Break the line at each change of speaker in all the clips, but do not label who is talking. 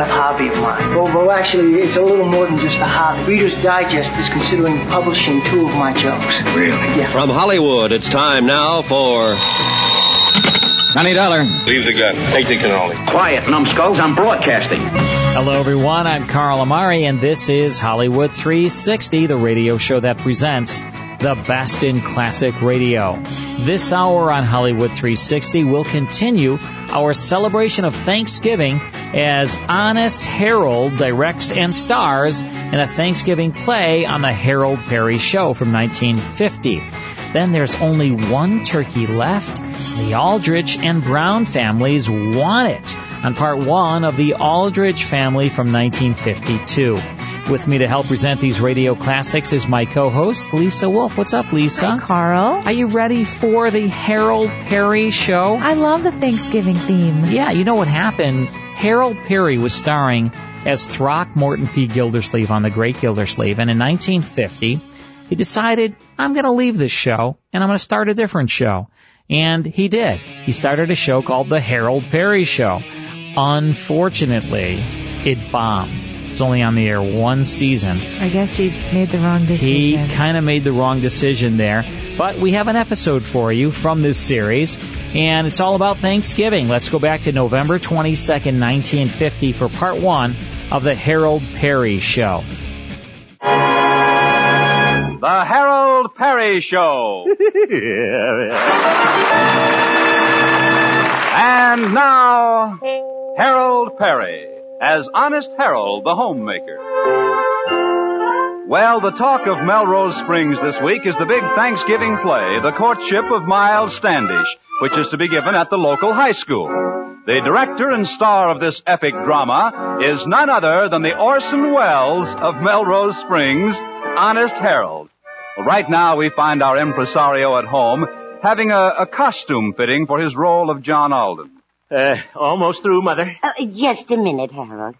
of hobby of mine. Well, well, actually, it's a little more than just a hobby. Reader's Digest is considering publishing two of my jokes.
Really?
Yeah.
From Hollywood, it's time now for. Johnny Dollar.
Leave the gun. Take the cannoli.
Quiet, numbskulls. I'm broadcasting.
Hello, everyone. I'm Carl Amari, and this is Hollywood 360, the radio show that presents the best in classic radio. This hour on Hollywood 360 will continue our celebration of Thanksgiving as Honest Harold directs and stars in a Thanksgiving play on the Harold Perry Show from 1950. Then there's only one turkey left. The Aldrich and Brown families want it on part one of The Aldrich Family from 1952. With me to help present these radio classics is my co-host, Lisa Wolf. What's up,
Hi,
Lisa?
Carl.
Are you ready for the Harold Perry show?
I love the Thanksgiving theme.
Yeah, you know what happened? Harold Perry was starring as Throckmorton P. Gildersleeve on The Great Gildersleeve, and in 1950, he decided, I'm going to leave this show, and I'm going to start a different show. And he did. He started a show called The Harold Perry Show. Unfortunately, it bombed. It's only on the air one season.
I guess he made the wrong decision.
He kind of made the wrong decision there. But we have an episode for you from this series, and it's all about Thanksgiving. Let's go back to November 22nd, 1950 for part one of The Harold Perry Show.
The Harold Perry Show. and now, Harold Perry as Honest Harold the Homemaker. Well, the talk of Melrose Springs this week is the big Thanksgiving play, The Courtship of Miles Standish, which is to be given at the local high school. The director and star of this epic drama is none other than the Orson Welles of Melrose Springs, Honest Harold. Well, right now we find our impresario at home having a, a costume fitting for his role of John Alden.
Uh, almost through, Mother.
Uh, just a minute, Harold.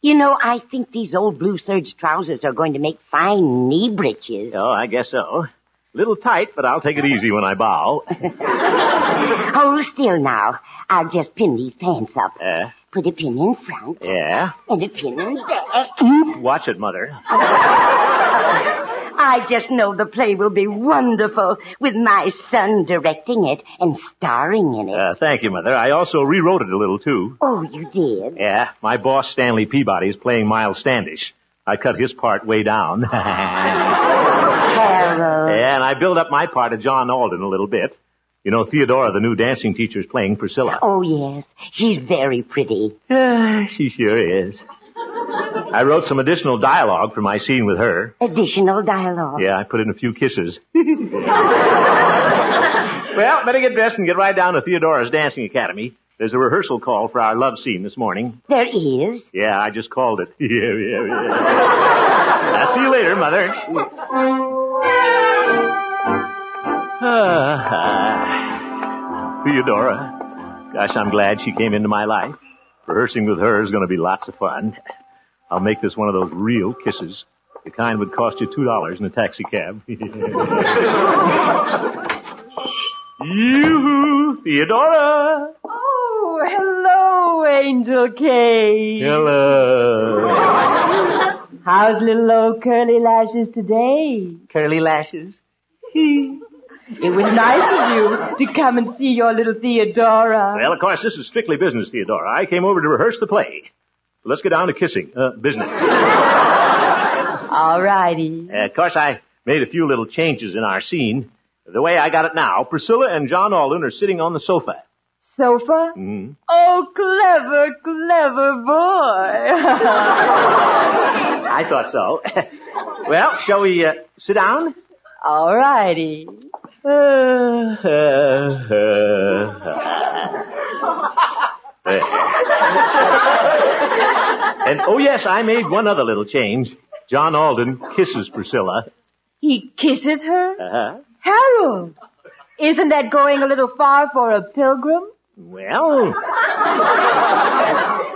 You know, I think these old blue serge trousers are going to make fine knee breeches.
Oh, I guess so. Little tight, but I'll take it easy when I bow.
Hold Oh, still now. I'll just pin these pants up.
Uh,
Put a pin in front
yeah.
and a pin in back.
Watch it, Mother.
I just know the play will be wonderful with my son directing it and starring in it.
Uh, thank you, Mother. I also rewrote it a little, too.
Oh, you did?
Yeah. My boss, Stanley Peabody, is playing Miles Standish. I cut his part way down.
Harold.
Yeah, and I build up my part of John Alden a little bit. You know, Theodora, the new dancing teacher, is playing Priscilla.
Oh, yes. She's very pretty.
Yeah, she sure is. I wrote some additional dialogue for my scene with her.
Additional dialogue.
Yeah, I put in a few kisses. well, better get dressed and get right down to Theodora's Dancing Academy. There's a rehearsal call for our love scene this morning.
There is.
Yeah, I just called it. yeah, yeah, yeah. I'll see you later, Mother. Ah, Theodora. Gosh, I'm glad she came into my life. Rehearsing with her is going to be lots of fun. I'll make this one of those real kisses. The kind would cost you two dollars in a taxi cab. yoo Theodora.
Oh, hello, Angel Cage.
Hello.
How's little old curly lashes today?
Curly lashes.
It was nice of you to come and see your little Theodora.
Well, of course, this is strictly business, Theodora. I came over to rehearse the play. Let's get down to kissing. Uh, business.
All righty.
Uh, of course, I made a few little changes in our scene. The way I got it now, Priscilla and John Alden are sitting on the sofa.
Sofa?
Mhm.
Oh, clever, clever boy.
I thought so. well, shall we uh, sit down?
All righty.
There. And oh yes, I made one other little change. John Alden kisses Priscilla.
He kisses her?
Uh-huh.
Harold, isn't that going a little far for a pilgrim?
Well,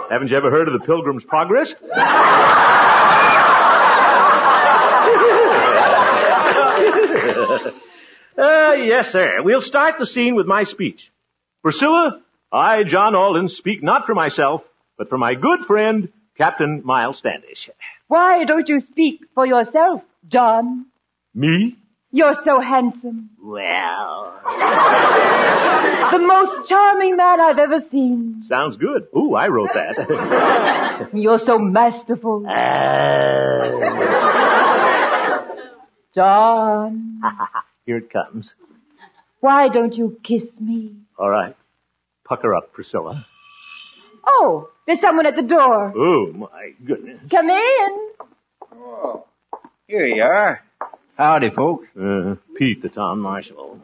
haven't you ever heard of the Pilgrim's Progress? Uh, yes, sir. We'll start the scene with my speech. Priscilla, I, John Alden, speak not for myself, but for my good friend, Captain Miles Standish.
Why don't you speak for yourself, John?
Me?
You're so handsome.
Well.
The most charming man I've ever seen.
Sounds good. Ooh, I wrote that. Uh,
You're so masterful. John,
Here it comes.
why don't you kiss me?
All right. Pucker up, Priscilla.
Oh, there's someone at the door.
Oh, my goodness.
Come in.
Here you are. Howdy, folks.
Uh, Pete, the town marshal.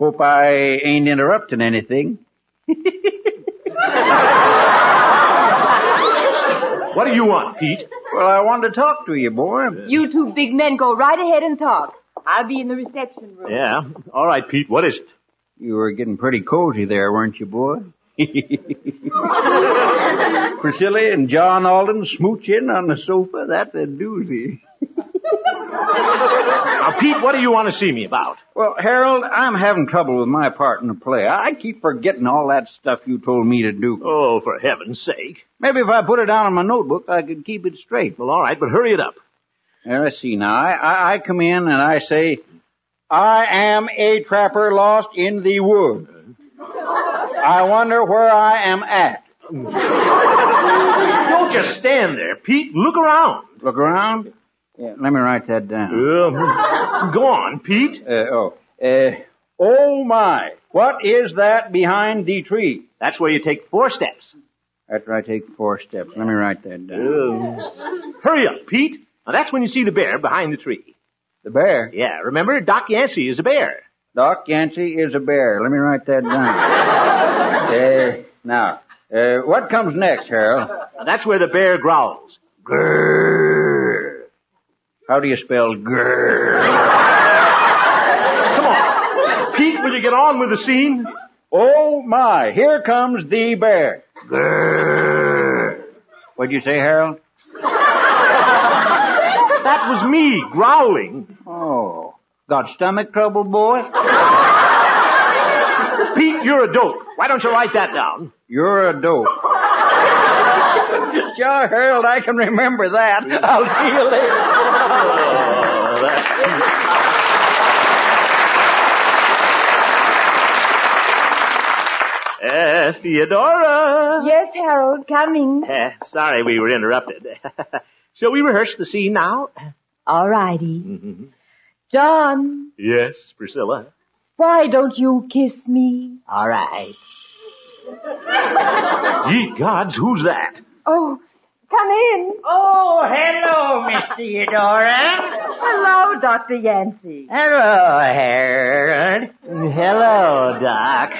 Hope I ain't interrupting anything.
what do you want, Pete?
Well, I wanted to talk to you, boy.
You two big men go right ahead and talk. I'll be in the reception room.
Yeah. All right, Pete, what is it?
You were getting pretty cozy there, weren't you, boy? Priscilla and John Alden smooch in on the sofa. That's a doozy.
Now, Pete, what do you want to see me about?
Well, Harold, I'm having trouble with my part in the play. I I keep forgetting all that stuff you told me to do.
Oh, for heaven's sake.
Maybe if I put it down in my notebook, I could keep it straight.
Well, all right, but hurry it up.
Now, let's see now. I, I, I come in and I say, I am a trapper lost in the woods. I wonder where I am at.
Don't just stand there, Pete. Look around.
Look around. Yeah, let me write that down.
Uh, go on, Pete.
Uh, oh, uh, oh my! What is that behind the tree?
That's where you take four steps.
After I take four steps, let me write that down.
Uh, hurry up, Pete. Now that's when you see the bear behind the tree.
The bear.
Yeah, remember Doc Yancey is a bear.
Doc Yancey is a bear. Let me write that down. uh, now, uh, what comes next, Harold?
Now that's where the bear growls. Grrr.
How do you spell grrr?
Come on, Pete. Will you get on with the scene?
Oh my! Here comes the bear. Grrr. What'd you say, Harold?
That was me growling.
Oh, got stomach trouble, boy?
Pete, you're a dope. Why don't you write that down?
You're a dope. sure, Harold, I can remember that. I'll see you later.
Uh, Theodora.
Yes, Harold, come in.
Eh, sorry we were interrupted. Shall we rehearse the scene now? Mm-hmm.
All righty. John,
Yes, Priscilla.
why don't you kiss me?
All right.
Ye gods, who's that?
Oh, come in.
Oh, hello, Miss Theodora.
Hello, Dr. Yancey.
Hello, Harold. Hello, Doc.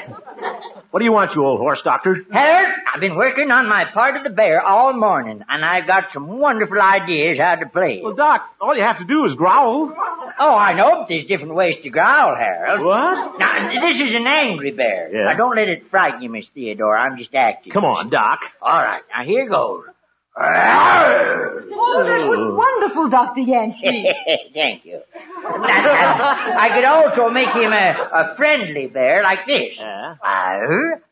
What do you want, you old horse doctor?
Harold, I've been working on my part of the bear all morning, and I've got some wonderful ideas how to play it.
Well, Doc, all you have to do is growl.
Oh, I know, but there's different ways to growl, Harold.
What?
Now, this is an angry bear.
Yeah.
Now, don't let it frighten you, Miss Theodora. I'm just acting.
Come on, Doc.
All right, now here goes. Arrgh.
Oh, that was wonderful, Dr. Yancey.
Thank you. I could also make him a, a friendly bear like this.
Yeah.
Arr,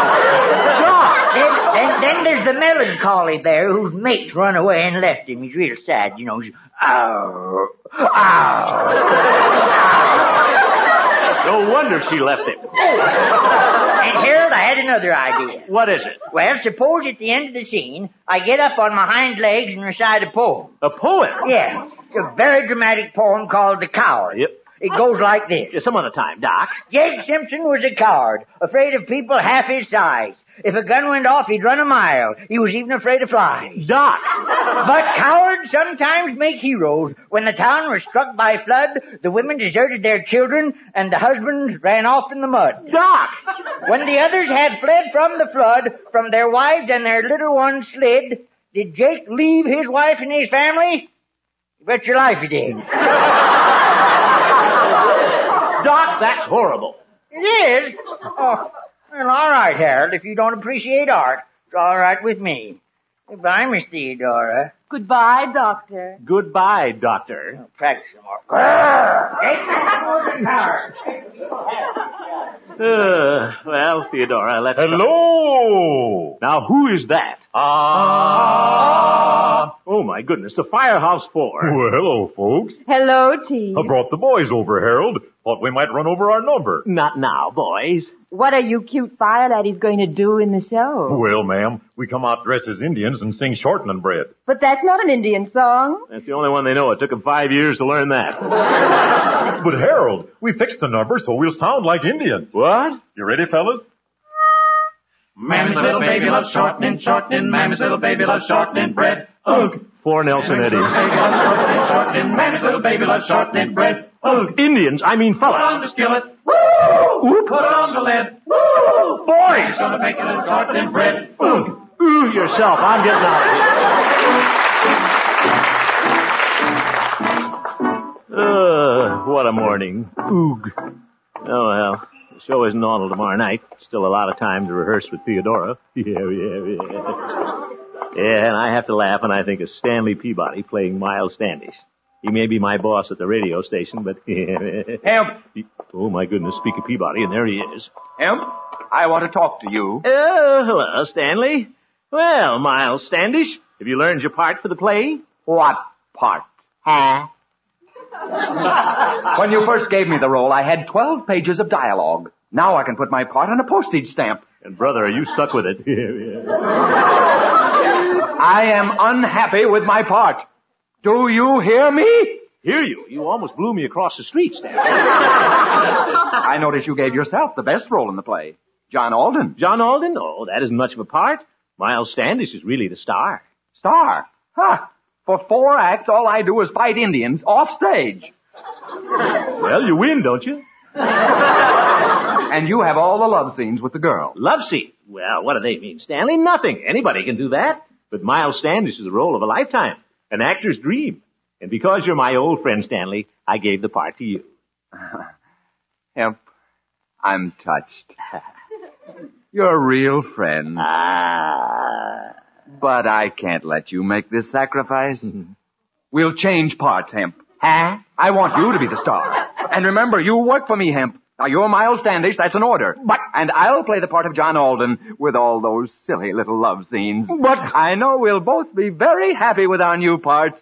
arr. then, then, then there's the melancholy bear whose mate's run away and left him. He's real sad, you know. He's, ow, ow.
No wonder she left him.
And Harold, I had another idea.
What is it?
Well, suppose at the end of the scene, I get up on my hind legs and recite a poem.
A poem?
Yeah, it's a very dramatic poem called The Coward.
Yep.
It goes like this.
Some other time, Doc.
Jake Simpson was a coward, afraid of people half his size. If a gun went off, he'd run a mile. He was even afraid of flies.
Doc!
But cowards sometimes make heroes. When the town was struck by flood, the women deserted their children, and the husbands ran off in the mud.
Doc!
When the others had fled from the flood, from their wives and their little ones slid, did Jake leave his wife and his family? You bet your life he did.
Doc, that's horrible.
It is? Oh, well, all right, Harold, if you don't appreciate art, it's all right with me. Goodbye, Miss Theodora.
Goodbye, Doctor.
Goodbye, Doctor.
Practice some more. Grrr! Take that more power.
Uh, well, Theodora, let's.
Hello!
Now, who is that?
Ah!
Oh, my goodness, the Firehouse Four.
Well, hello, folks.
Hello, T.
I brought the boys over, Harold. Thought we might run over our number.
Not now, boys.
What are you cute fire laddies going to do in the show?
Well, ma'am, we come out dressed as Indians and sing shortening bread.
But that's not an Indian song.
That's the only one they know. It took them five years to learn that.
But Harold, we fixed the number so we'll sound like Indians.
What?
You ready, fellas?
Mammy's little baby loves shortening, shortening. Mammy's little baby loves shortening bread. Ugh.
Four Nelson Eddies.
Baby loves shortening, shortening. Mammy's little baby loves shortening bread. Ugh.
Oh, Indians, I mean
Put on
fellas.
the skillet. Woo! Put on the lid. Woo! Boys, gonna make it a shortening bread. Ugh.
Ooh, yourself. I'm getting out of here. Uh, what a morning. Oog. Oh, well. The show isn't on till tomorrow night. Still a lot of time to rehearse with Theodora. Yeah, yeah, yeah. Yeah, and I have to laugh when I think of Stanley Peabody playing Miles Standish. He may be my boss at the radio station, but...
Hemp,
oh, my goodness. Speak of Peabody, and there he is.
Hemp, I want to talk to you.
Oh, hello, Stanley. Well, Miles Standish, have you learned your part for the play?
What part?
Ha.
When you first gave me the role, I had 12 pages of dialogue. Now I can put my part on a postage stamp.
And brother, are you stuck with it?
I am unhappy with my part. Do you hear me?
Hear you? You almost blew me across the street, Stanley.
I notice you gave yourself the best role in the play. John Alden.
John Alden? Oh, that isn't much of a part. Miles Standish is really the star.
Star. Huh. For four acts, all I do is fight Indians off stage.
Well, you win, don't you?
And you have all the love scenes with the girl.
Love seat. Well, what do they mean, Stanley? Nothing. Anybody can do that. But Miles Standish is the role of a lifetime. An actor's dream. And because you're my old friend, Stanley, I gave the part to you.
Hemp, I'm touched. You're a real friend.
Ah.
But I can't let you make this sacrifice. We'll change parts, Hemp.
Huh?
I want you to be the star. And remember, you work for me, Hemp. Now you're Miles Standish, that's an order. But and I'll play the part of John Alden with all those silly little love scenes. But I know we'll both be very happy with our new parts,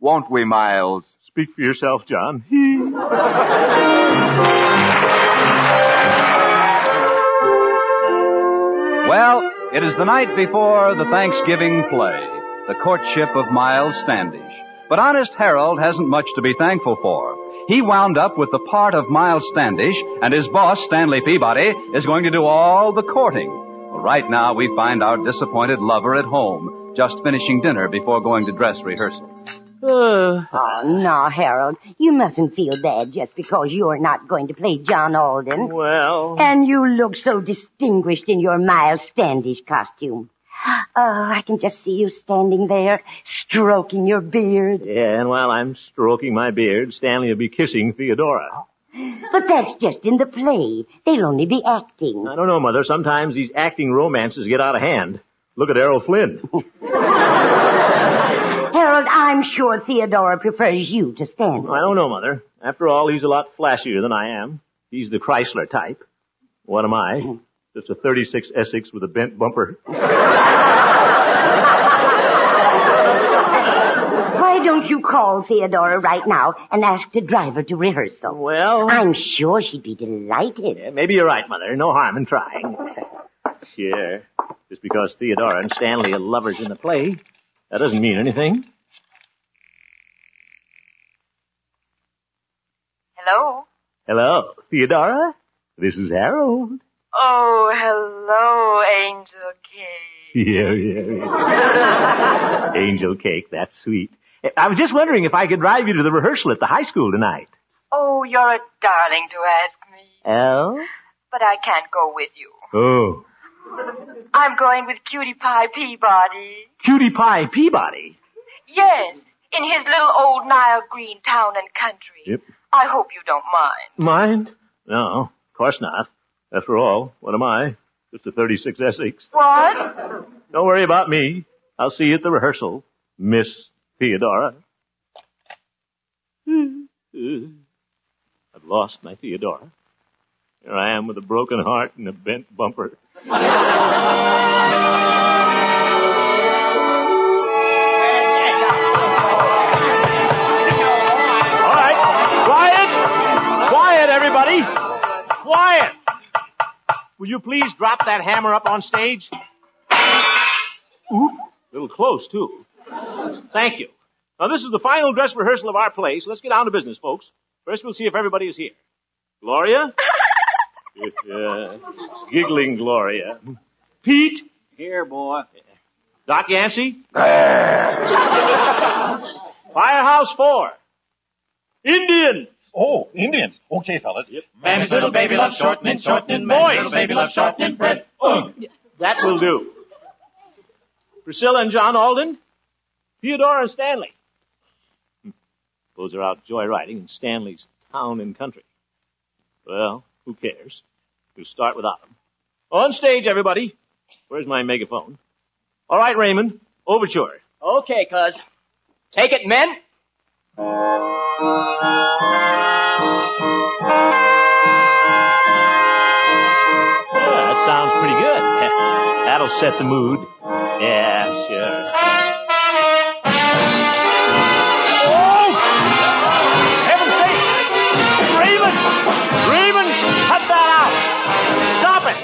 won't we, Miles?
Speak for yourself, John.
Well, it is the night before the Thanksgiving play, the courtship of Miles Standish. But Honest Harold hasn't much to be thankful for. He wound up with the part of Miles Standish, and his boss, Stanley Peabody, is going to do all the courting. Well, right now, we find our disappointed lover at home, just finishing dinner before going to dress rehearsal.
Oh, no, Harold. You mustn't feel bad just because you're not going to play John Alden.
Well.
And you look so distinguished in your Miles Standish costume. Oh, I can just see you standing there, stroking your beard.
Yeah, and while I'm stroking my beard, Stanley will be kissing Theodora.
But that's just in the play. They'll only be acting.
I don't know, Mother. Sometimes these acting romances get out of hand. Look at Errol Flynn.
Harold, I'm sure Theodora prefers you to Stanley.
I don't know, Mother. After all, he's a lot flashier than I am. He's the Chrysler type. What am I? Just a 36 Essex with a bent bumper.
Why don't you call Theodora right now and ask to drive her to rehearsal?
Well.
I'm sure she'd be delighted.
Yeah, maybe you're right, Mother. No harm in trying. Sure. Just because Theodora and Stanley are lovers in the play, that doesn't mean anything.
Hello?
Hello, Theodora. This is Harold.
Oh, hello, Angel King.
Yeah, yeah, yeah. Angel cake, that's sweet. I was just wondering if I could drive you to the rehearsal at the high school tonight.
Oh, you're a darling to ask me,
Oh?
but I can't go with you.
Oh.
I'm going with Cutie Pie Peabody.
Cutie Pie Peabody.
Yes, in his little old Nile green town and country.
Yep.
I hope you don't mind.
Mind? No, of course not. After all, what am I? Just a 36 Essex.
What?
Don't worry about me. I'll see you at the rehearsal, Miss Theodora. Ugh. I've lost my Theodora. Here I am with a broken heart and a bent bumper. Quiet! Quiet, everybody! Quiet! Will you please drop that hammer up on stage? Oop. Little close, too. Thank you. Now, this is the final dress rehearsal of our play, so let's get down to business, folks. First, we'll see if everybody is here. Gloria? Uh, giggling Gloria. Pete? Here, boy. Doc Yancey? Firehouse 4. Indian.
Oh, Indians. Okay, fellas.
Mammy's little baby loves shortening, shortening. Mammy's little baby loves shortening bread. Ugh.
That will do. Priscilla and John Alden. Theodore and Stanley. Hmm. Those are out joyriding in Stanley's town and country. Well, who cares? We'll start without them. On stage, everybody. Where's my megaphone? All right, Raymond. Overture.
Okay, cuz. Take it, men.
Yeah, that sounds pretty good. That'll set the mood. Yeah, sure. Heaven's sake! Raymond! Raymond! Cut that out! Stop it!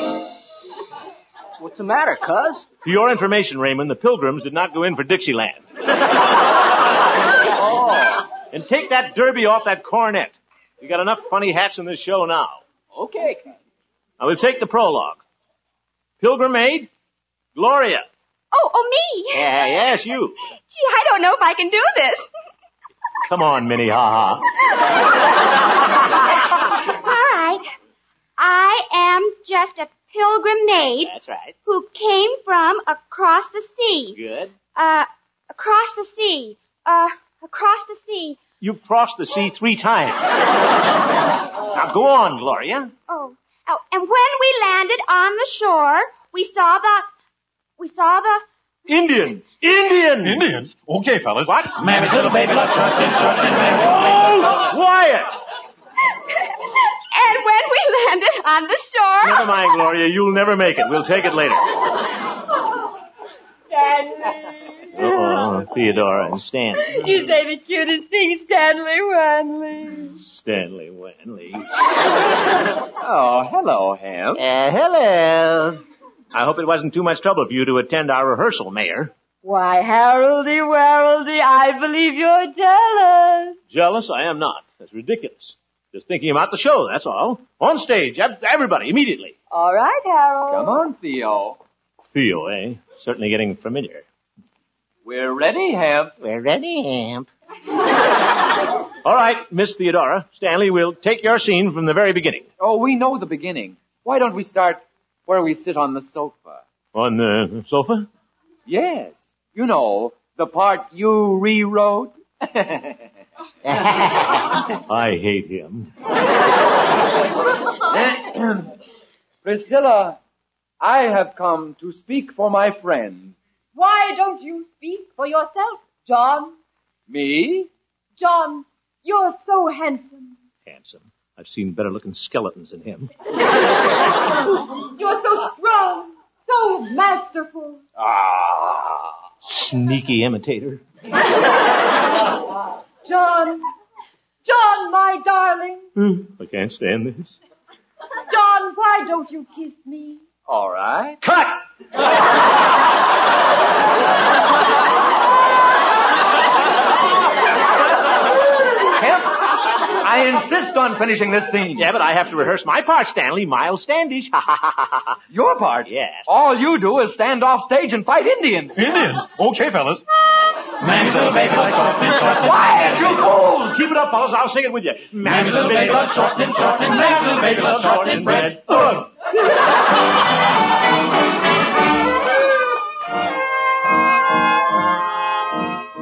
What's the matter, cuz?
For your information, Raymond, the Pilgrims did not go in for Dixieland.
Oh.
And take that derby off that cornet. We got enough funny hats in this show now.
Okay, cuz.
Now we'll take the prologue. Pilgrim Maid, Gloria.
Oh, oh, me?
Yeah, yes, you.
Gee, I don't know if I can do this.
Come on, Minnie, ha ha.
Hi. I am just a pilgrim maid.
That's right.
Who came from across the sea.
Good.
Uh, across the sea. Uh, across the sea.
You've crossed the sea three times. Now go on, Gloria.
Oh. Oh, and when we landed on the shore, we saw the, we saw the,
Indians! Indians! Indians? Okay, fellas. What?
Mammy's little baby loves
E.
shortening, shortening.
Oh, quiet!
and when we landed on the shore.
Never mind, Gloria. You'll never make it. We'll take it later. Uh-oh, Uh-uh, Theodora and Stanley.
You say the cutest thing, Stanley Wanley.
Stanley Wanley.
Oh, hello, Hemp.
Uh, hello. I hope it wasn't too much trouble for you to attend our rehearsal, Mayor.
Why, Haroldy Waroldy, I believe you're jealous.
Jealous? I am not. That's ridiculous. Just thinking about the show, that's all. On stage, ev- everybody, immediately.
All right, Harold.
Come on, Theo.
Theo, eh? Certainly getting familiar.
We're ready, Hemp.
We're ready, Hemp. All right, Miss Theodora, Stanley, we'll take your scene from the very beginning.
Oh, we know the beginning. Why don't we start where we sit on the sofa?
On the sofa?
Yes. You know, the part you rewrote.
I hate him.
Priscilla, I have come to speak for my friend.
Why don't you speak for yourself, John?
Me?
John, you're so handsome.
Handsome. I've seen better looking skeletons than him.
You're so strong, so masterful.
Ah. Sneaky imitator.
John, John, my darling.
I can't stand this.
John, why don't you kiss me?
All right.
Cut!
Hemp, I I insist on finishing this scene.
Yeah, but I have to rehearse my part, Stanley. Miles Standish. Ha ha ha ha ha.
Your part?
Yes.
All you do is stand off stage and fight Indians.
Indians? Okay, fellas.
Mammy's little baby, like short and short and
Quiet, you fools! Keep it up, fellas. I'll sing it with you.
Mammy's little baby, like short and short and Mammy's little baby, like short and bread. Ugh.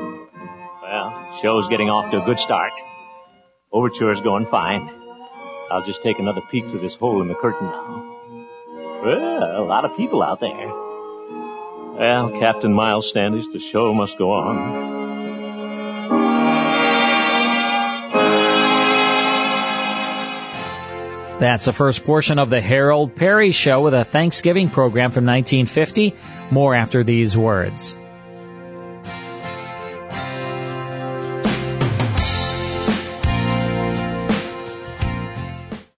Well, show's getting off to a good start. Overture's going fine. I'll just take another peek through this hole in the curtain now. Well, a lot of people out there. Well, Captain Miles Standish, the show must go on.
That's the first portion of the Harold Perry Show with a Thanksgiving program from 1950. More after these words.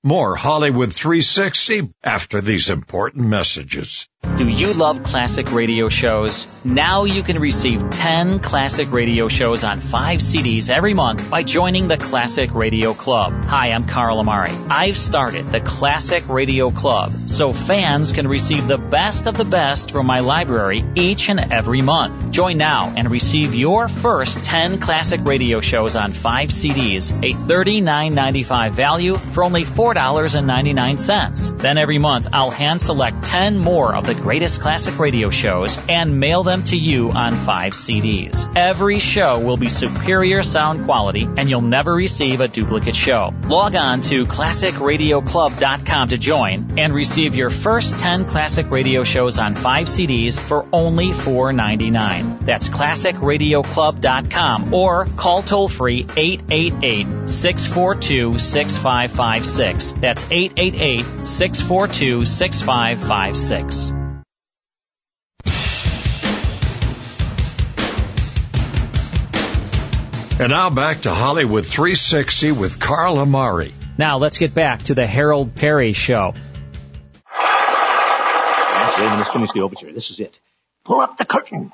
More Hollywood 360 after these important messages.
Do you love classic radio shows? Now you can receive 10 classic radio shows on 5 CDs every month by joining the Classic Radio Club. Hi, I'm Carl Amari. I've started the Classic Radio Club so fans can receive the best of the best from my library each and every month. Join now and receive your first 10 classic radio shows on 5 CDs, a $39.95 value for only $4.99. Then every month I'll hand select 10 more of the greatest classic radio shows and mail them to you on five CDs. Every show will be superior sound quality and you'll never receive a duplicate show. Log on to classicradioclub.com to join and receive your first 10 classic radio shows on five CDs for only $4.99. That's classicradioclub.com or call toll free 888 642 6556. That's 888 642 6556.
And now back to Hollywood 360 with Carl Amari.
Now let's get back to the Harold Perry Show.
Yes, Raymond has finished the overture. This is it. Pull up the curtain.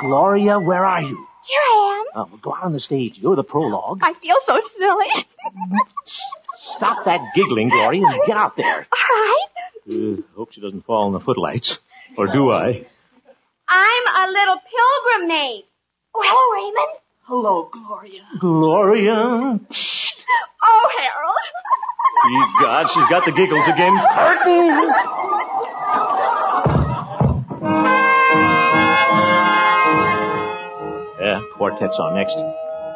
Gloria, where are you?
Here I am.
Oh, well, go out on the stage. You're the prologue.
I feel so silly.
Stop that giggling, Gloria, and get out there.
All right.
Uh, hope she doesn't fall in the footlights. Or do I?
I'm a little pilgrim maid. Oh, hello, Raymond.
Hello, Gloria.
Gloria.
Oh, Harold.
Ye God, she's got the giggles again. Curtain! Yeah, quartet's on next.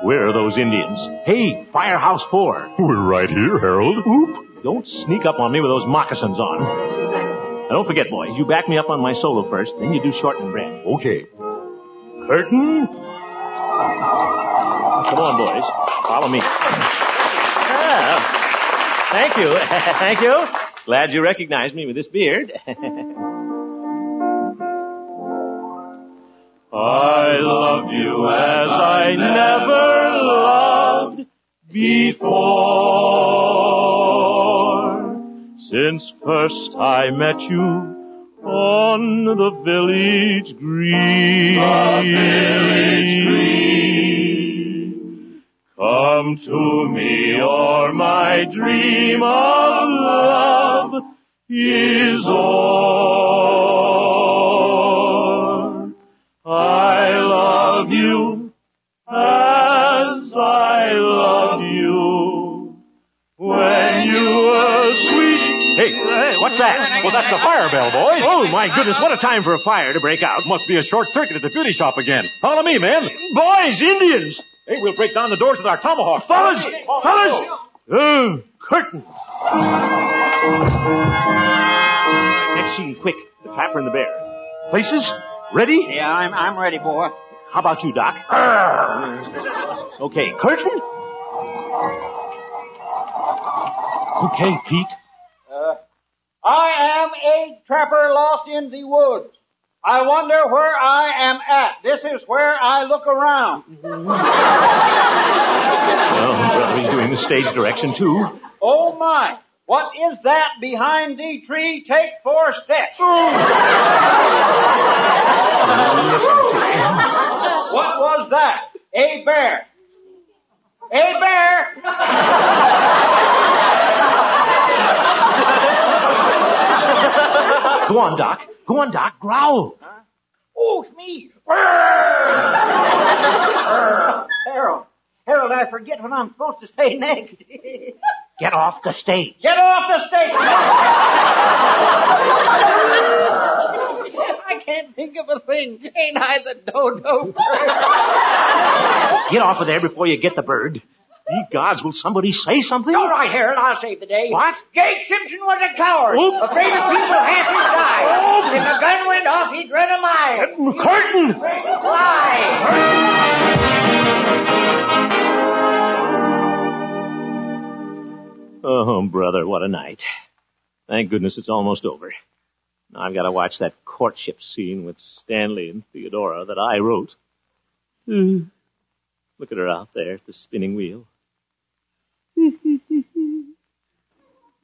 Where are those Indians? Hey, Firehouse 4.
We're right here, Harold.
Oop. Don't sneak up on me with those moccasins on. And don't forget, boys, you back me up on my solo first, then you do short and bread. Okay. Curtain. Come on, boys. Follow me. Ah, thank you. thank you. Glad you recognized me with this beard.
I loved you as I never loved before. Since first I met you on the village green. Come to me or my dream of love is o'er. I love you as I love you when you were sweet.
Hey, hey, what's that?
Well, that's the fire bell, boys.
Oh, my goodness, what a time for a fire to break out.
Must be a short circuit at the beauty shop again. Follow me, man.
Boys, Indians!
Hey, we'll break down the doors with our tomahawks.
Fellas! Fellas! Oh, curtain! Next scene, quick. The trapper and the bear. Places? Ready?
Yeah, I'm, I'm ready, boy.
How about you, Doc? okay, Ah. curtain? Okay, Pete.
Uh, I am a trapper lost in the woods. I wonder where I am at. This is where I look around.
Oh, brother, he's doing the stage direction, too.
Oh my! What is that behind the tree? Take four steps. what was that? A bear.
Hey, Bear!
Go on, Doc. Go on, Doc. Growl.
Oh, it's me.
Harold. Harold, I forget what I'm supposed to say next.
Get off the stage.
Get off the stage! I can't think of a thing. Ain't I the dodo bird?
Get off of there before you get the bird. Ye gods, will somebody say something?
All right, Harold, I'll save the day.
What?
Jake Simpson was a coward.
Oop.
Afraid of people half his size. If a gun went off, he'd run a mile.
Curtain! Oh, brother, what a night. Thank goodness it's almost over. Now I've got to watch that courtship scene with Stanley and Theodora that I wrote.
Mm.
Look at her out there at the spinning wheel.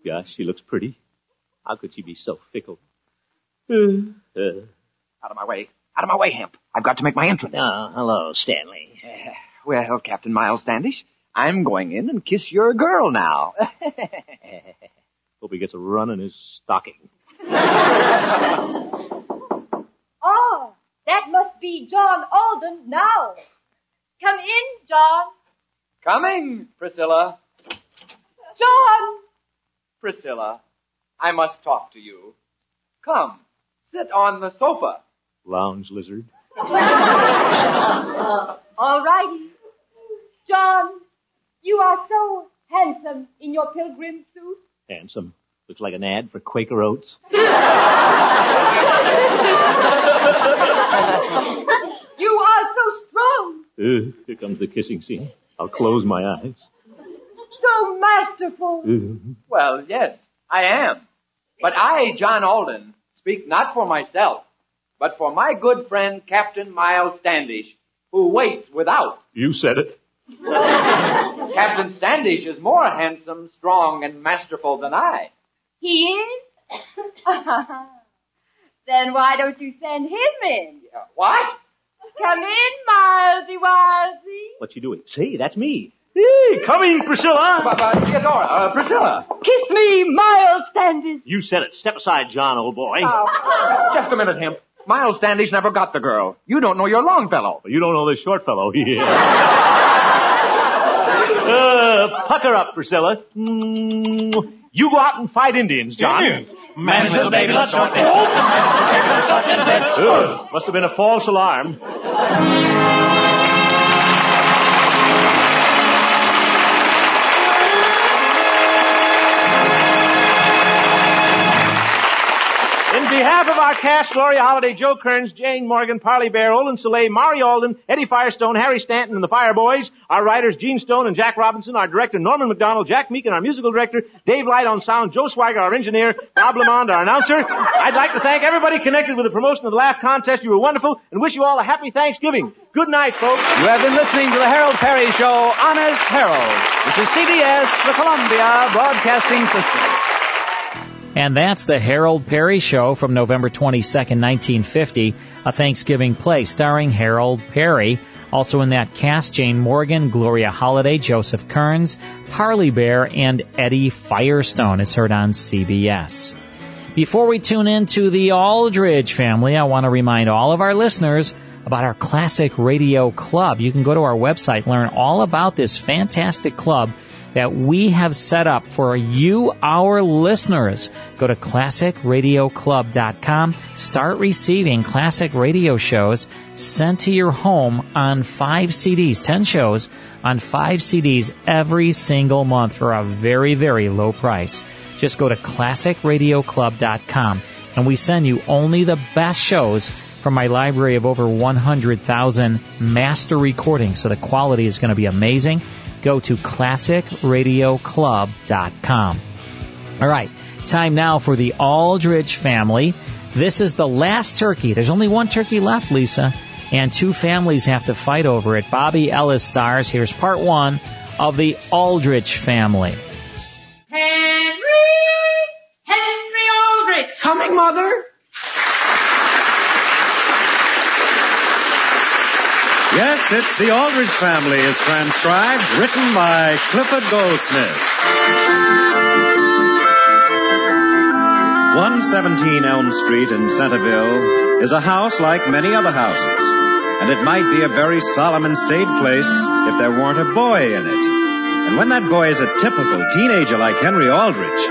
Gosh, she looks pretty. How could she be so fickle? Uh,
Out of my way. Out of my way, Hemp. I've got to make my entrance.
Oh, hello, Stanley.
Well, Captain Miles Standish, I'm going in and kiss your girl now.
hope he gets a run in his stocking.
Oh, that must be John Alden now. Come in, John.
Coming, Priscilla.
John!
Priscilla, I must talk to you. Come, sit on the sofa.
Lounge lizard.
All righty. John, you are so handsome in your pilgrim suit.
Handsome. Looks like an ad for Quaker Oats.
you are so strong,
Ugh, here comes the kissing scene. I'll close my eyes.
so masterful.
Ugh.
Well, yes, I am. But I, John Alden, speak not for myself, but for my good friend Captain Miles Standish, who waits without.
You said it.
Captain Standish is more handsome, strong, and masterful than I.
He is? then why don't you send him in?
What?
Come in, Milesy Wilesy.
What you doing? See, that's me. Hey, coming, Priscilla.
Theodora, uh, Priscilla.
Kiss me, Miles Standish.
You said it. Step aside, John, old boy.
Uh,
Oh.
Just a minute, Hemp. Miles Standish never got the girl. You don't know your Longfellow.
You don't know this short fellow here. uh, pucker up, Priscilla. Mm, You go out and fight Indians, John.
Indians?
Man's little baby, let's short Must have been a false alarm. In behalf of our cast, Gloria Holiday, Joe Kearns, Jane Morgan, Parley Bear, Olin Soleil, Mari Alden, Eddie Firestone, Harry Stanton, and the Fireboys, our writers Gene Stone and Jack Robinson, our director Norman McDonald, Jack Meekin, our musical director, Dave Light on sound, Joe Swiger, our engineer, Bob Lamond, our announcer. I'd like to thank everybody connected with the promotion of the Laugh Contest. You were wonderful, and wish you all a happy Thanksgiving. Good night, folks.
You have been listening to the Harold Perry Show, Honest Harold. This is CBS, the Columbia Broadcasting System.
And that's the Harold Perry Show from November 22, 1950, a Thanksgiving play starring Harold Perry. Also in that cast, Jane Morgan, Gloria Holliday, Joseph Kearns, Parley Bear, and Eddie Firestone is heard on CBS. Before we tune in to the Aldridge family, I want to remind all of our listeners about our Classic Radio Club. You can go to our website, learn all about this fantastic club that we have set up for you, our listeners. Go to classicradioclub.com. Start receiving classic radio shows sent to your home on five CDs, 10 shows on five CDs every single month for a very, very low price. Just go to classicradioclub.com and we send you only the best shows from my library of over 100,000 master recordings. So the quality is going to be amazing. Go to classicradioclub.com. All right, time now for the Aldrich family. This is the last turkey. There's only one turkey left, Lisa, and two families have to fight over it. Bobby Ellis stars. Here's part one of the Aldrich family.
Henry! Henry Aldrich!
Coming, Mother. Yes, it's The Aldrich Family is transcribed, written by Clifford Goldsmith. 117 Elm Street in Centerville is a house like many other houses, and it might be a very solemn and staid place if there weren't a boy in it. And when that boy is a typical teenager like Henry Aldrich,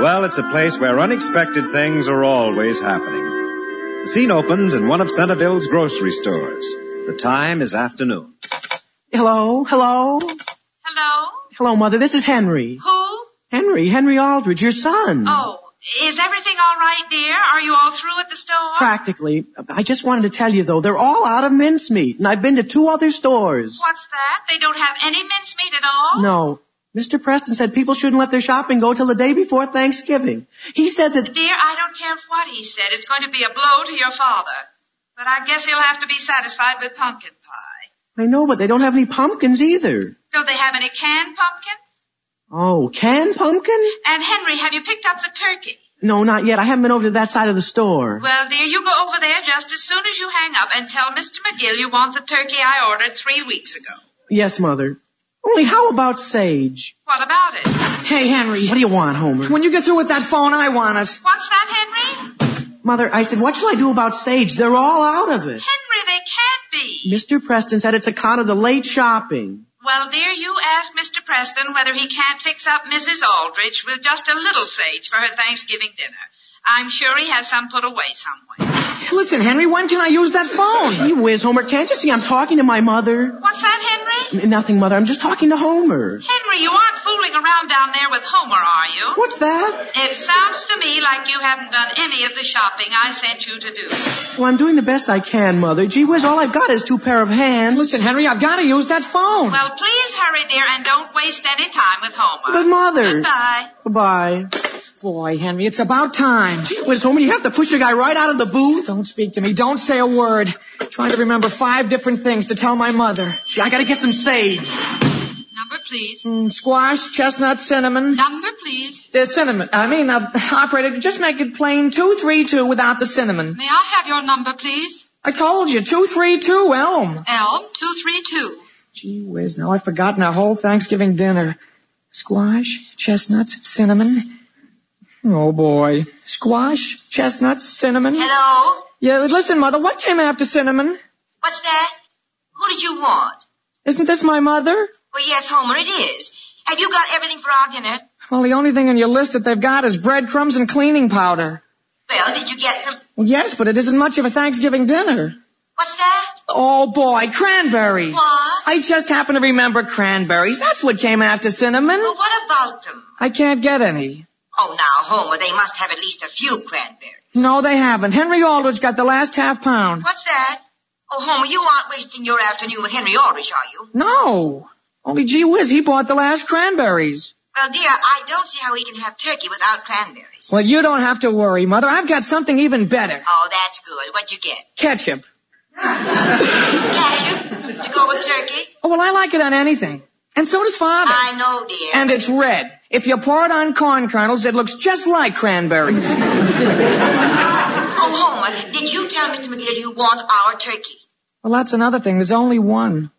well, it's a place where unexpected things are always happening. The scene opens in one of Centerville's grocery stores. The time is afternoon.
Hello, hello,
Hello?
hello, Mother. This is Henry.
Who?
Henry, Henry Aldridge, your son.
Oh, is everything all right, dear? Are you all through at the store?
Practically. I just wanted to tell you though, they're all out of mincemeat, and I've been to two other stores.
What's that? They don't have any mincemeat at all?
No. Mr. Preston said people shouldn't let their shopping go till the day before Thanksgiving. He said that
Dear, I don't care what he said. It's going to be a blow to your father. But I guess he'll have to be satisfied with pumpkin pie.
I know, but they don't have any pumpkins either.
Don't they have any canned pumpkin?
Oh, canned pumpkin?
And Henry, have you picked up the turkey?
No, not yet. I haven't been over to that side of the store.
Well, dear, you go over there just as soon as you hang up and tell Mr. McGill you want the turkey I ordered three weeks ago.
Yes, Mother. Only how about Sage?
What about it?
Hey, Henry. What do you want, Homer? When you get through with that phone, I want it.
What's that, Henry?
Mother, I said, what shall I do about Sage? They're all out of it.
Henry, they can't be.
Mr. Preston said it's a con of the late shopping.
Well, dear, you asked Mr. Preston whether he can't fix up Mrs. Aldrich with just a little sage for her Thanksgiving dinner. I'm sure he has some put away somewhere.
Listen, Henry, when can I use that phone? Gee whiz, Homer, can't you see I'm talking to my mother?
What's that, Henry?
N- nothing, Mother. I'm just talking to Homer.
Henry, you aren't fooling around down there with Homer, are you?
What's that?
It sounds to me like you haven't done any of the shopping I sent you to do.
Well, I'm doing the best I can, Mother. Gee whiz, all I've got is two pair of hands. Listen, Henry, I've got to use that phone.
Well, please hurry, dear, and don't waste any time with Homer.
But, Mother-
Goodbye.
Goodbye. Boy, Henry, it's about time. Gee whiz, Homer, you have to push your guy right out of the booth. Don't speak to me. Don't say a word. trying to remember five different things to tell my mother. Gee, I gotta get some sage.
Number, please.
Mm, squash, chestnut, cinnamon.
Number, please.
Uh, cinnamon. I mean, uh, operator, just make it plain two three two without the cinnamon.
May I have your number, please?
I told you two three two elm.
Elm 232.
Gee whiz, now I've forgotten our whole Thanksgiving dinner. Squash, chestnuts, cinnamon. Oh boy, squash, chestnuts, cinnamon.
Hello?
Yeah, listen, mother, what came after cinnamon?
What's that? Who did you want?
Isn't this my mother?
Well, yes, Homer, it is. Have you got everything for our dinner?
Well, the only thing on your list that they've got is breadcrumbs and cleaning powder.
Well, did you get them?
Well, yes, but it isn't much of a Thanksgiving dinner.
What's that?
Oh boy, cranberries.
What?
I just happen to remember cranberries. That's what came after cinnamon.
Well, what about them?
I can't get any.
Oh, now, Homer, they must have at least a few cranberries.
No, they haven't. Henry Aldrich got the last half pound.
What's that? Oh, Homer, you aren't wasting your afternoon with Henry Aldrich, are you?
No. Only gee whiz, he bought the last cranberries.
Well, dear, I don't see how he can have turkey without cranberries.
Well, you don't have to worry, Mother. I've got something even better.
Oh, that's good. What'd you get?
Ketchup.
Cashew? To go with turkey?
Oh, well, I like it on anything. And so does Father.
I know, dear.
And it's red. If you pour it on corn kernels, it looks just like cranberries.
Oh, Homer, did you tell Mr. McGill you want our turkey?
Well, that's another thing. There's only one.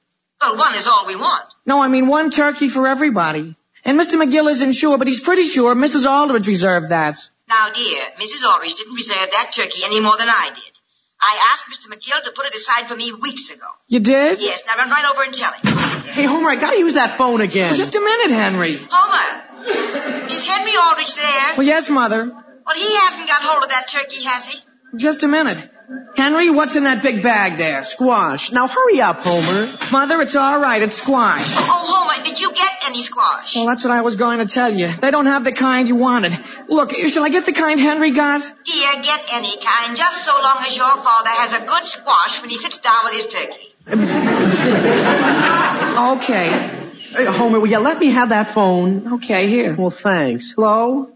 Well, one is all we want.
No, I mean one turkey for everybody. And Mr. McGill isn't sure, but he's pretty sure Mrs. Aldrich reserved that.
Now, dear, Mrs. Aldrich didn't reserve that turkey any more than I did. I asked Mr. McGill to put it aside for me weeks ago.
You did?
Yes, now run right over and tell him.
Hey, Homer, I gotta use that phone again. Just a minute, Henry.
Homer, is Henry Aldrich there?
Well, yes, Mother.
Well, he hasn't got hold of that turkey, has he?
Just a minute. Henry, what's in that big bag there? Squash. Now hurry up, Homer. Mother, it's all right. It's squash.
Oh, Homer, did you get any squash?
Well, that's what I was going to tell you. They don't have the kind you wanted. Look, shall I get the kind Henry got?
Dear, get any kind, just so long as your father has a good squash when he sits down with his turkey.
Okay. Homer, will you let me have that phone? Okay, here. Well, thanks. Hello?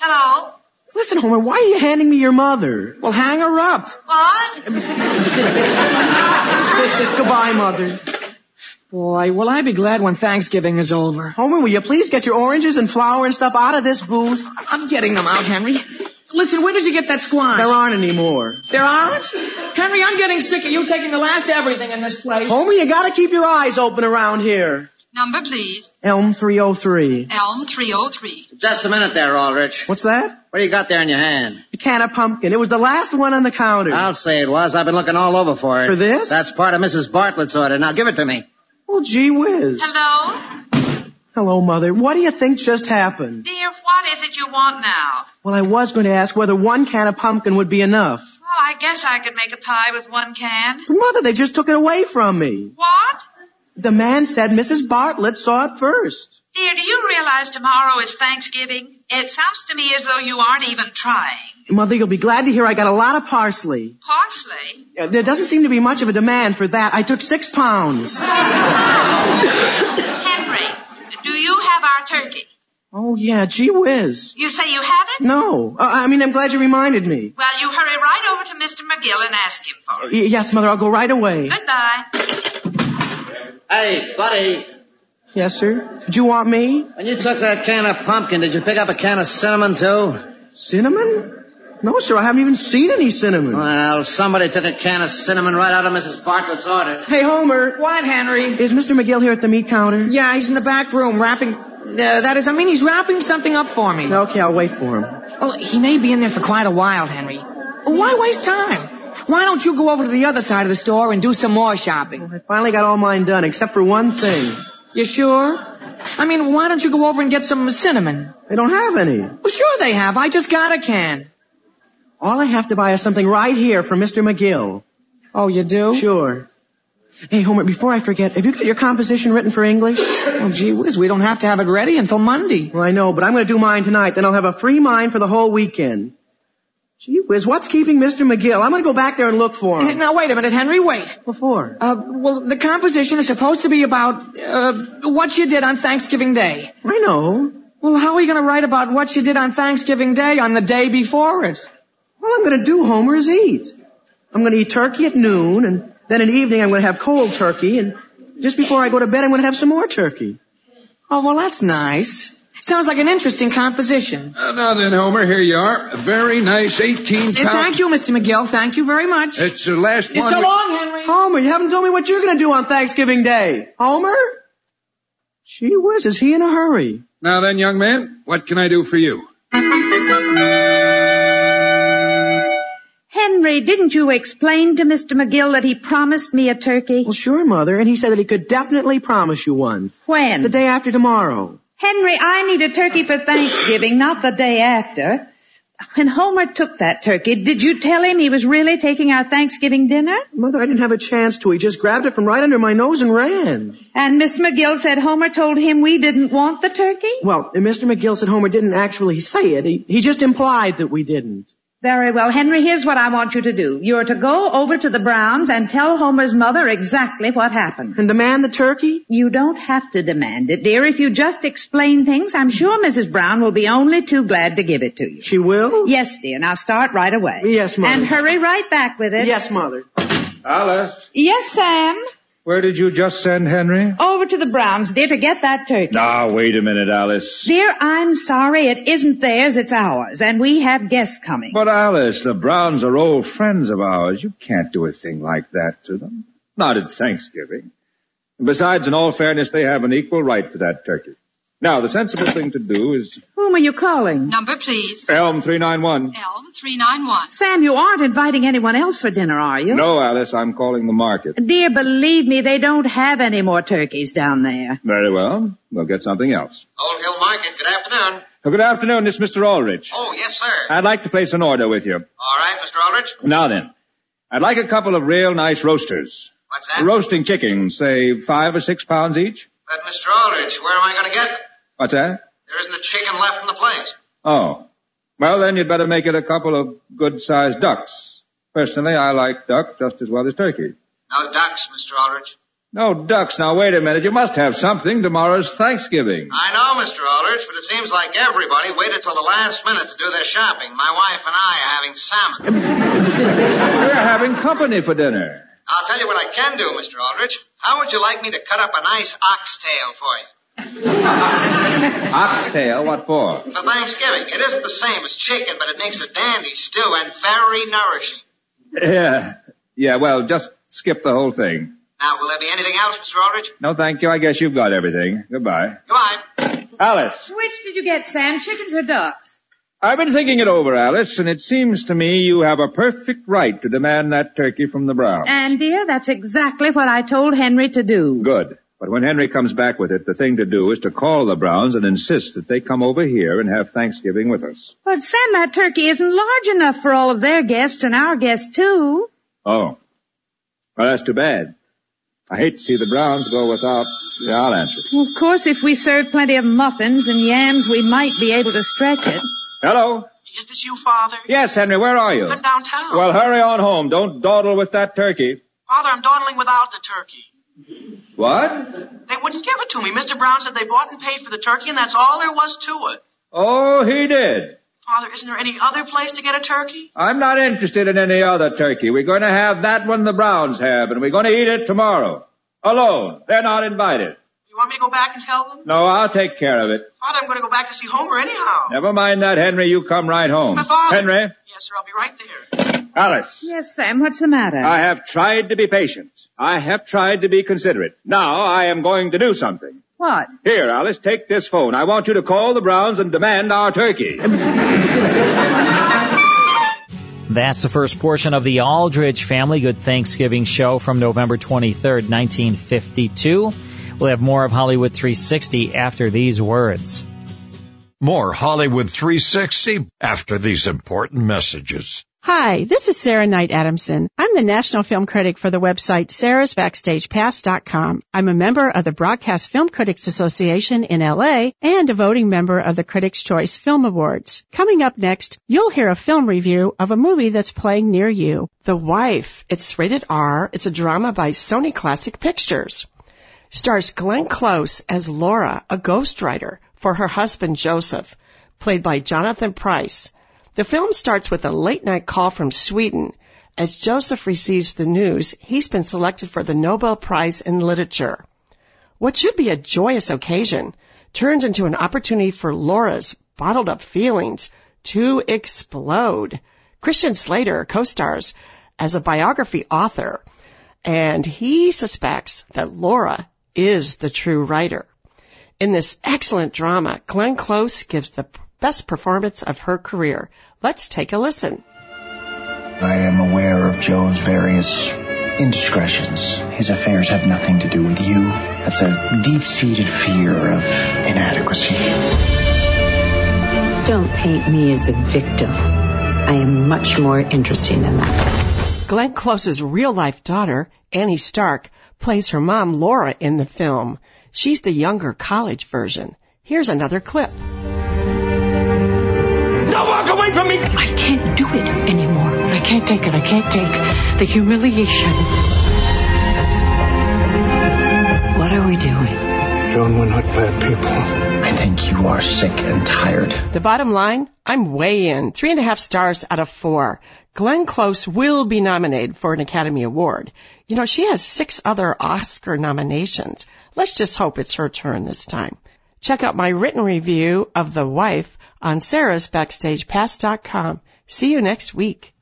Hello?
Listen, Homer, why are you handing me your mother? Well, hang her up.
What?
Goodbye, Mother. Boy, will I be glad when Thanksgiving is over. Homer, will you please get your oranges and flour and stuff out of this booth? I'm getting them out, Henry. Listen, where did you get that squash?
There aren't any more.
There aren't? Henry, I'm getting sick of you taking the last everything in this place.
Homie, you gotta keep your eyes open around here.
Number, please.
Elm 303.
Elm 303.
Just a minute there, Aldrich.
What's that?
What do you got there in your hand?
A can of pumpkin. It was the last one on the counter.
I'll say it was. I've been looking all over for it.
For this?
That's part of Mrs. Bartlett's order. Now give it to me.
Well, Oh, gee whiz.
Hello?
Hello, Mother. What do you think just happened?
Dear, what is it you want now?
Well, I was going to ask whether one can of pumpkin would be enough.
Well, I guess I could make a pie with one can.
Mother, they just took it away from me.
What?
The man said Mrs. Bartlett saw it first.
Dear, do you realize tomorrow is Thanksgiving? It sounds to me as though you aren't even trying.
Mother, you'll be glad to hear I got a lot of parsley.
Parsley?
Uh, There doesn't seem to be much of a demand for that. I took six pounds.
Henry, do you have our turkey?
Oh, yeah, gee whiz.
You say you have it?
No. Uh, I mean, I'm glad you reminded me.
Well, you hurry right over to Mr. McGill and ask him for
Y- yes, Mother, I'll go right away.
it. Goodbye.
Hey, buddy.
Yes, sir? Do you want me?
When you took that can of pumpkin, did you pick up a can of cinnamon too?
Cinnamon? No, sir, I haven't even seen any cinnamon.
Well, somebody took a can of cinnamon right out of Mrs. Bartlett's order.
Hey, Homer.
What, Henry?
Is Mr. McGill here at the meat counter?
Yeah, he's in the back room wrapping. Uh, that is, I mean, he's wrapping something up for me.
Okay, I'll wait for him.
Well, he may be in there for quite a while, Henry. Why waste time? Why don't you go over to the other side of the store and do some more shopping?
I finally got all mine done, except for one thing.
You sure? I mean, why don't you go over and get some cinnamon?
They don't have any.
Well, sure they have. I just got a can.
All I have to buy is something right here for Mr. McGill.
Oh, you do?
Sure. Hey, Homer, before I forget, have you got your composition written for English?
Oh, gee whiz, we don't have to have it ready until Monday.
Well, I know, but I'm going to do mine tonight. Then I'll have a free mind for the whole weekend. Gee whiz, what's keeping Mr. McGill? I'm going to go back there and look for
Eh,
him.
Now, wait a minute, Henry, wait.
Before.
Uh, well, the composition is supposed to be about, uh, what you did on Thanksgiving Day.
I know.
Well, how are you gonna write about what you did on Thanksgiving Day on the day before it?
All I'm going to do, Homer, is eat. I'm going to eat turkey at noon, and then in the evening I'm going to have cold turkey, and just before I go to bed I'm going to have some more turkey.
Oh, well, that's nice. Sounds like an interesting composition.
Uh, now then, Homer, here you are. A very nice 18 pound.
Eh, thank you, Mr. McGill. Thank you very much.
It's the last
It's
one.
so long, Henry.
Homer, you haven't told me what you're going to do on Thanksgiving Day. Homer? Gee whiz, is he in a hurry?
Now then, young man, what can I do for you?
Henry, didn't you explain to Mr. McGill that he promised me a turkey?
Well, sure, Mother, and he said that he could definitely promise you one.
When?
The day after tomorrow.
Henry, I need a turkey for Thanksgiving, not the day after. When Homer took that turkey, did you tell him he was really taking our Thanksgiving dinner?
Mother, I didn't have a chance to. He just grabbed it from right under my nose and ran.
And Mr. McGill said Homer told him we didn't want the turkey?
Well, and Mr. McGill said Homer didn't actually say it. He, he just implied that we didn't.
Very well, Henry, here's what I want you to do. You're to go over to the Browns and tell Homer's mother exactly what happened.
And demand the turkey?
You don't have to demand it, dear. If you just explain things, I'm sure Mrs. Brown will be only too glad to give it to you.
She will?
Yes, dear. Now start right away.
Yes, Mother.
And hurry right back with it.
Yes, Mother.
Alice.
Yes, Sam.
Where did you just send Henry?
Over to the Browns, dear, to get that turkey.
Now, wait a minute, Alice.
Dear, I'm sorry. It isn't theirs. It's ours. And we have guests coming.
But Alice, the Browns are old friends of ours. You can't do a thing like that to them. Not at Thanksgiving. Besides, in all fairness, they have an equal right to that turkey. Now, the sensible thing to do is
Whom are you calling?
Number, please.
Elm 391.
Elm 391.
Sam, you aren't inviting anyone else for dinner, are you?
No, Alice, I'm calling the market.
Dear, believe me, they don't have any more turkeys down there.
Very well. We'll get something else.
Old Hill Market, good afternoon.
Well, Good afternoon. This is Mr. Aldrich.
Oh, yes, sir.
Uh,
I'd like to place an order with you.
All right, Mr. Aldrich.
Now then, I'd like a couple of real nice roasters.
What's that?
Roasting chickens, say five or six pounds each.
But, Mr. Aldrich, where am I going to get it?
What's that?
There isn't a chicken left in the place.
Oh. Well, then you'd better make it a couple of good-sized ducks. Personally, I like duck just as well as turkey.
No ducks, Mr. Aldrich.
No ducks. Now, wait a minute. You must have something. Tomorrow's Thanksgiving.
I know, Mr. Aldrich, but it seems like everybody waited till the last minute to do their shopping. My wife and I are having salmon.
We're having company for dinner.
I'll tell you what I can do, Mr. Aldrich. How would you like me to cut up a nice oxtail for you?
Oxtail, what for?
For Thanksgiving, it isn't the same as chicken, but it makes a dandy stew and very nourishing.
Yeah. Yeah, well, just skip the whole thing.
Now, will there be anything else, Mr. Aldrich?
No, thank you. I guess you've got everything. Goodbye.
Goodbye.
Alice.
Which did you get, Sam? Chickens or ducks?
I've been thinking it over, Alice, and it seems to me you have a perfect right to demand that turkey from the Brown.
And dear, that's exactly what I told Henry to do.
Good. But when Henry comes back with it, the thing to do is to call the Browns and insist that they come over here and have Thanksgiving with us.
But Sam, that turkey isn't large enough for all of their guests and our guests too.
Oh. Well, that's too bad. I hate to see the Browns go without. Yeah, I'll answer.
Of course, if we serve plenty of muffins and yams, we might be able to stretch it.
Hello?
Is this you, Father?
Yes, Henry, where are you?
I'm downtown.
Well, hurry on home. Don't dawdle with that turkey.
Father, I'm dawdling without the turkey.
What?
They wouldn't give it to me. Mr. Brown said they bought and paid for the turkey, and that's all there was to it.
Oh, he did.
Father, isn't there any other place to get a turkey?
I'm not interested in any other turkey. We're going to have that one the Browns have, and we're going to eat it tomorrow. Alone. They're not invited.
You want me to go back and tell them?
No, I'll take care of it.
Father, I'm going to go back to see Homer anyhow.
Never mind that, Henry. You come right home.
But Father-
Oh, Henry,
Yes, sir, I'll be right there.
Alice.
Yes, Sam, what's the matter?
I have tried to be patient. I have tried to be considerate. Now I am going to do something.
What?
Here, Alice, take this phone. I want you to call the Browns and demand our turkey.
That's the first portion of the Aldrich Family Good Thanksgiving show from November 23rd, 1952. We'll have more of Hollywood 360 after these words.
More Hollywood 360 after these important messages.
Hi, this is Sarah Knight Adamson. I'm the national film critic for the website sarahsbackstagepass.com. I'm a member of the Broadcast Film Critics Association in LA and a voting member of the Critics' Choice Film Awards. Coming up next, you'll hear a film review of a movie that's playing near you.
The Wife. It's rated R. It's a drama by Sony Classic Pictures. Stars Glenn Close as Laura, a ghostwriter for her husband Joseph, played by Jonathan Price. The film starts with a late night call from Sweden. As Joseph receives the news, he's been selected for the Nobel Prize in Literature. What should be a joyous occasion turns into an opportunity for Laura's bottled up feelings to explode. Christian Slater co-stars as a biography author, and he suspects that Laura is the true writer. In this excellent drama, Glenn Close gives the p- best performance of her career. Let's take a listen.
I am aware of Joe's various indiscretions. His affairs have nothing to do with you. That's a deep-seated fear of inadequacy.
Don't paint me as a victim. I am much more interesting than that.
Glenn Close's real life daughter, Annie Stark, plays her mom Laura in the film. She's the younger college version. Here's another clip.
Now walk away from me! I can't do it anymore. I can't take it. I can't take the humiliation.
What are we doing?
Joan, we're not bad people. I think you are sick and tired.
The bottom line, I'm way in. Three and a half stars out of four. Glenn Close will be nominated for an Academy Award. You know, she has six other Oscar nominations. Let's just hope it's her turn this time. Check out my written review of The Wife on sarahsbackstagepass.com. See you next week.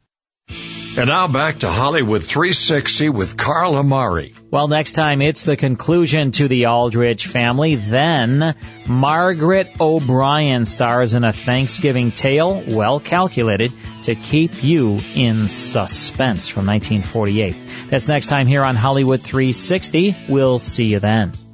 And now back to Hollywood 360 with Carl Amari.
Well, next time it's the conclusion to the Aldrich family. Then Margaret O'Brien stars in a Thanksgiving tale well calculated to keep you in suspense from 1948. That's next time here on Hollywood 360. We'll see you then.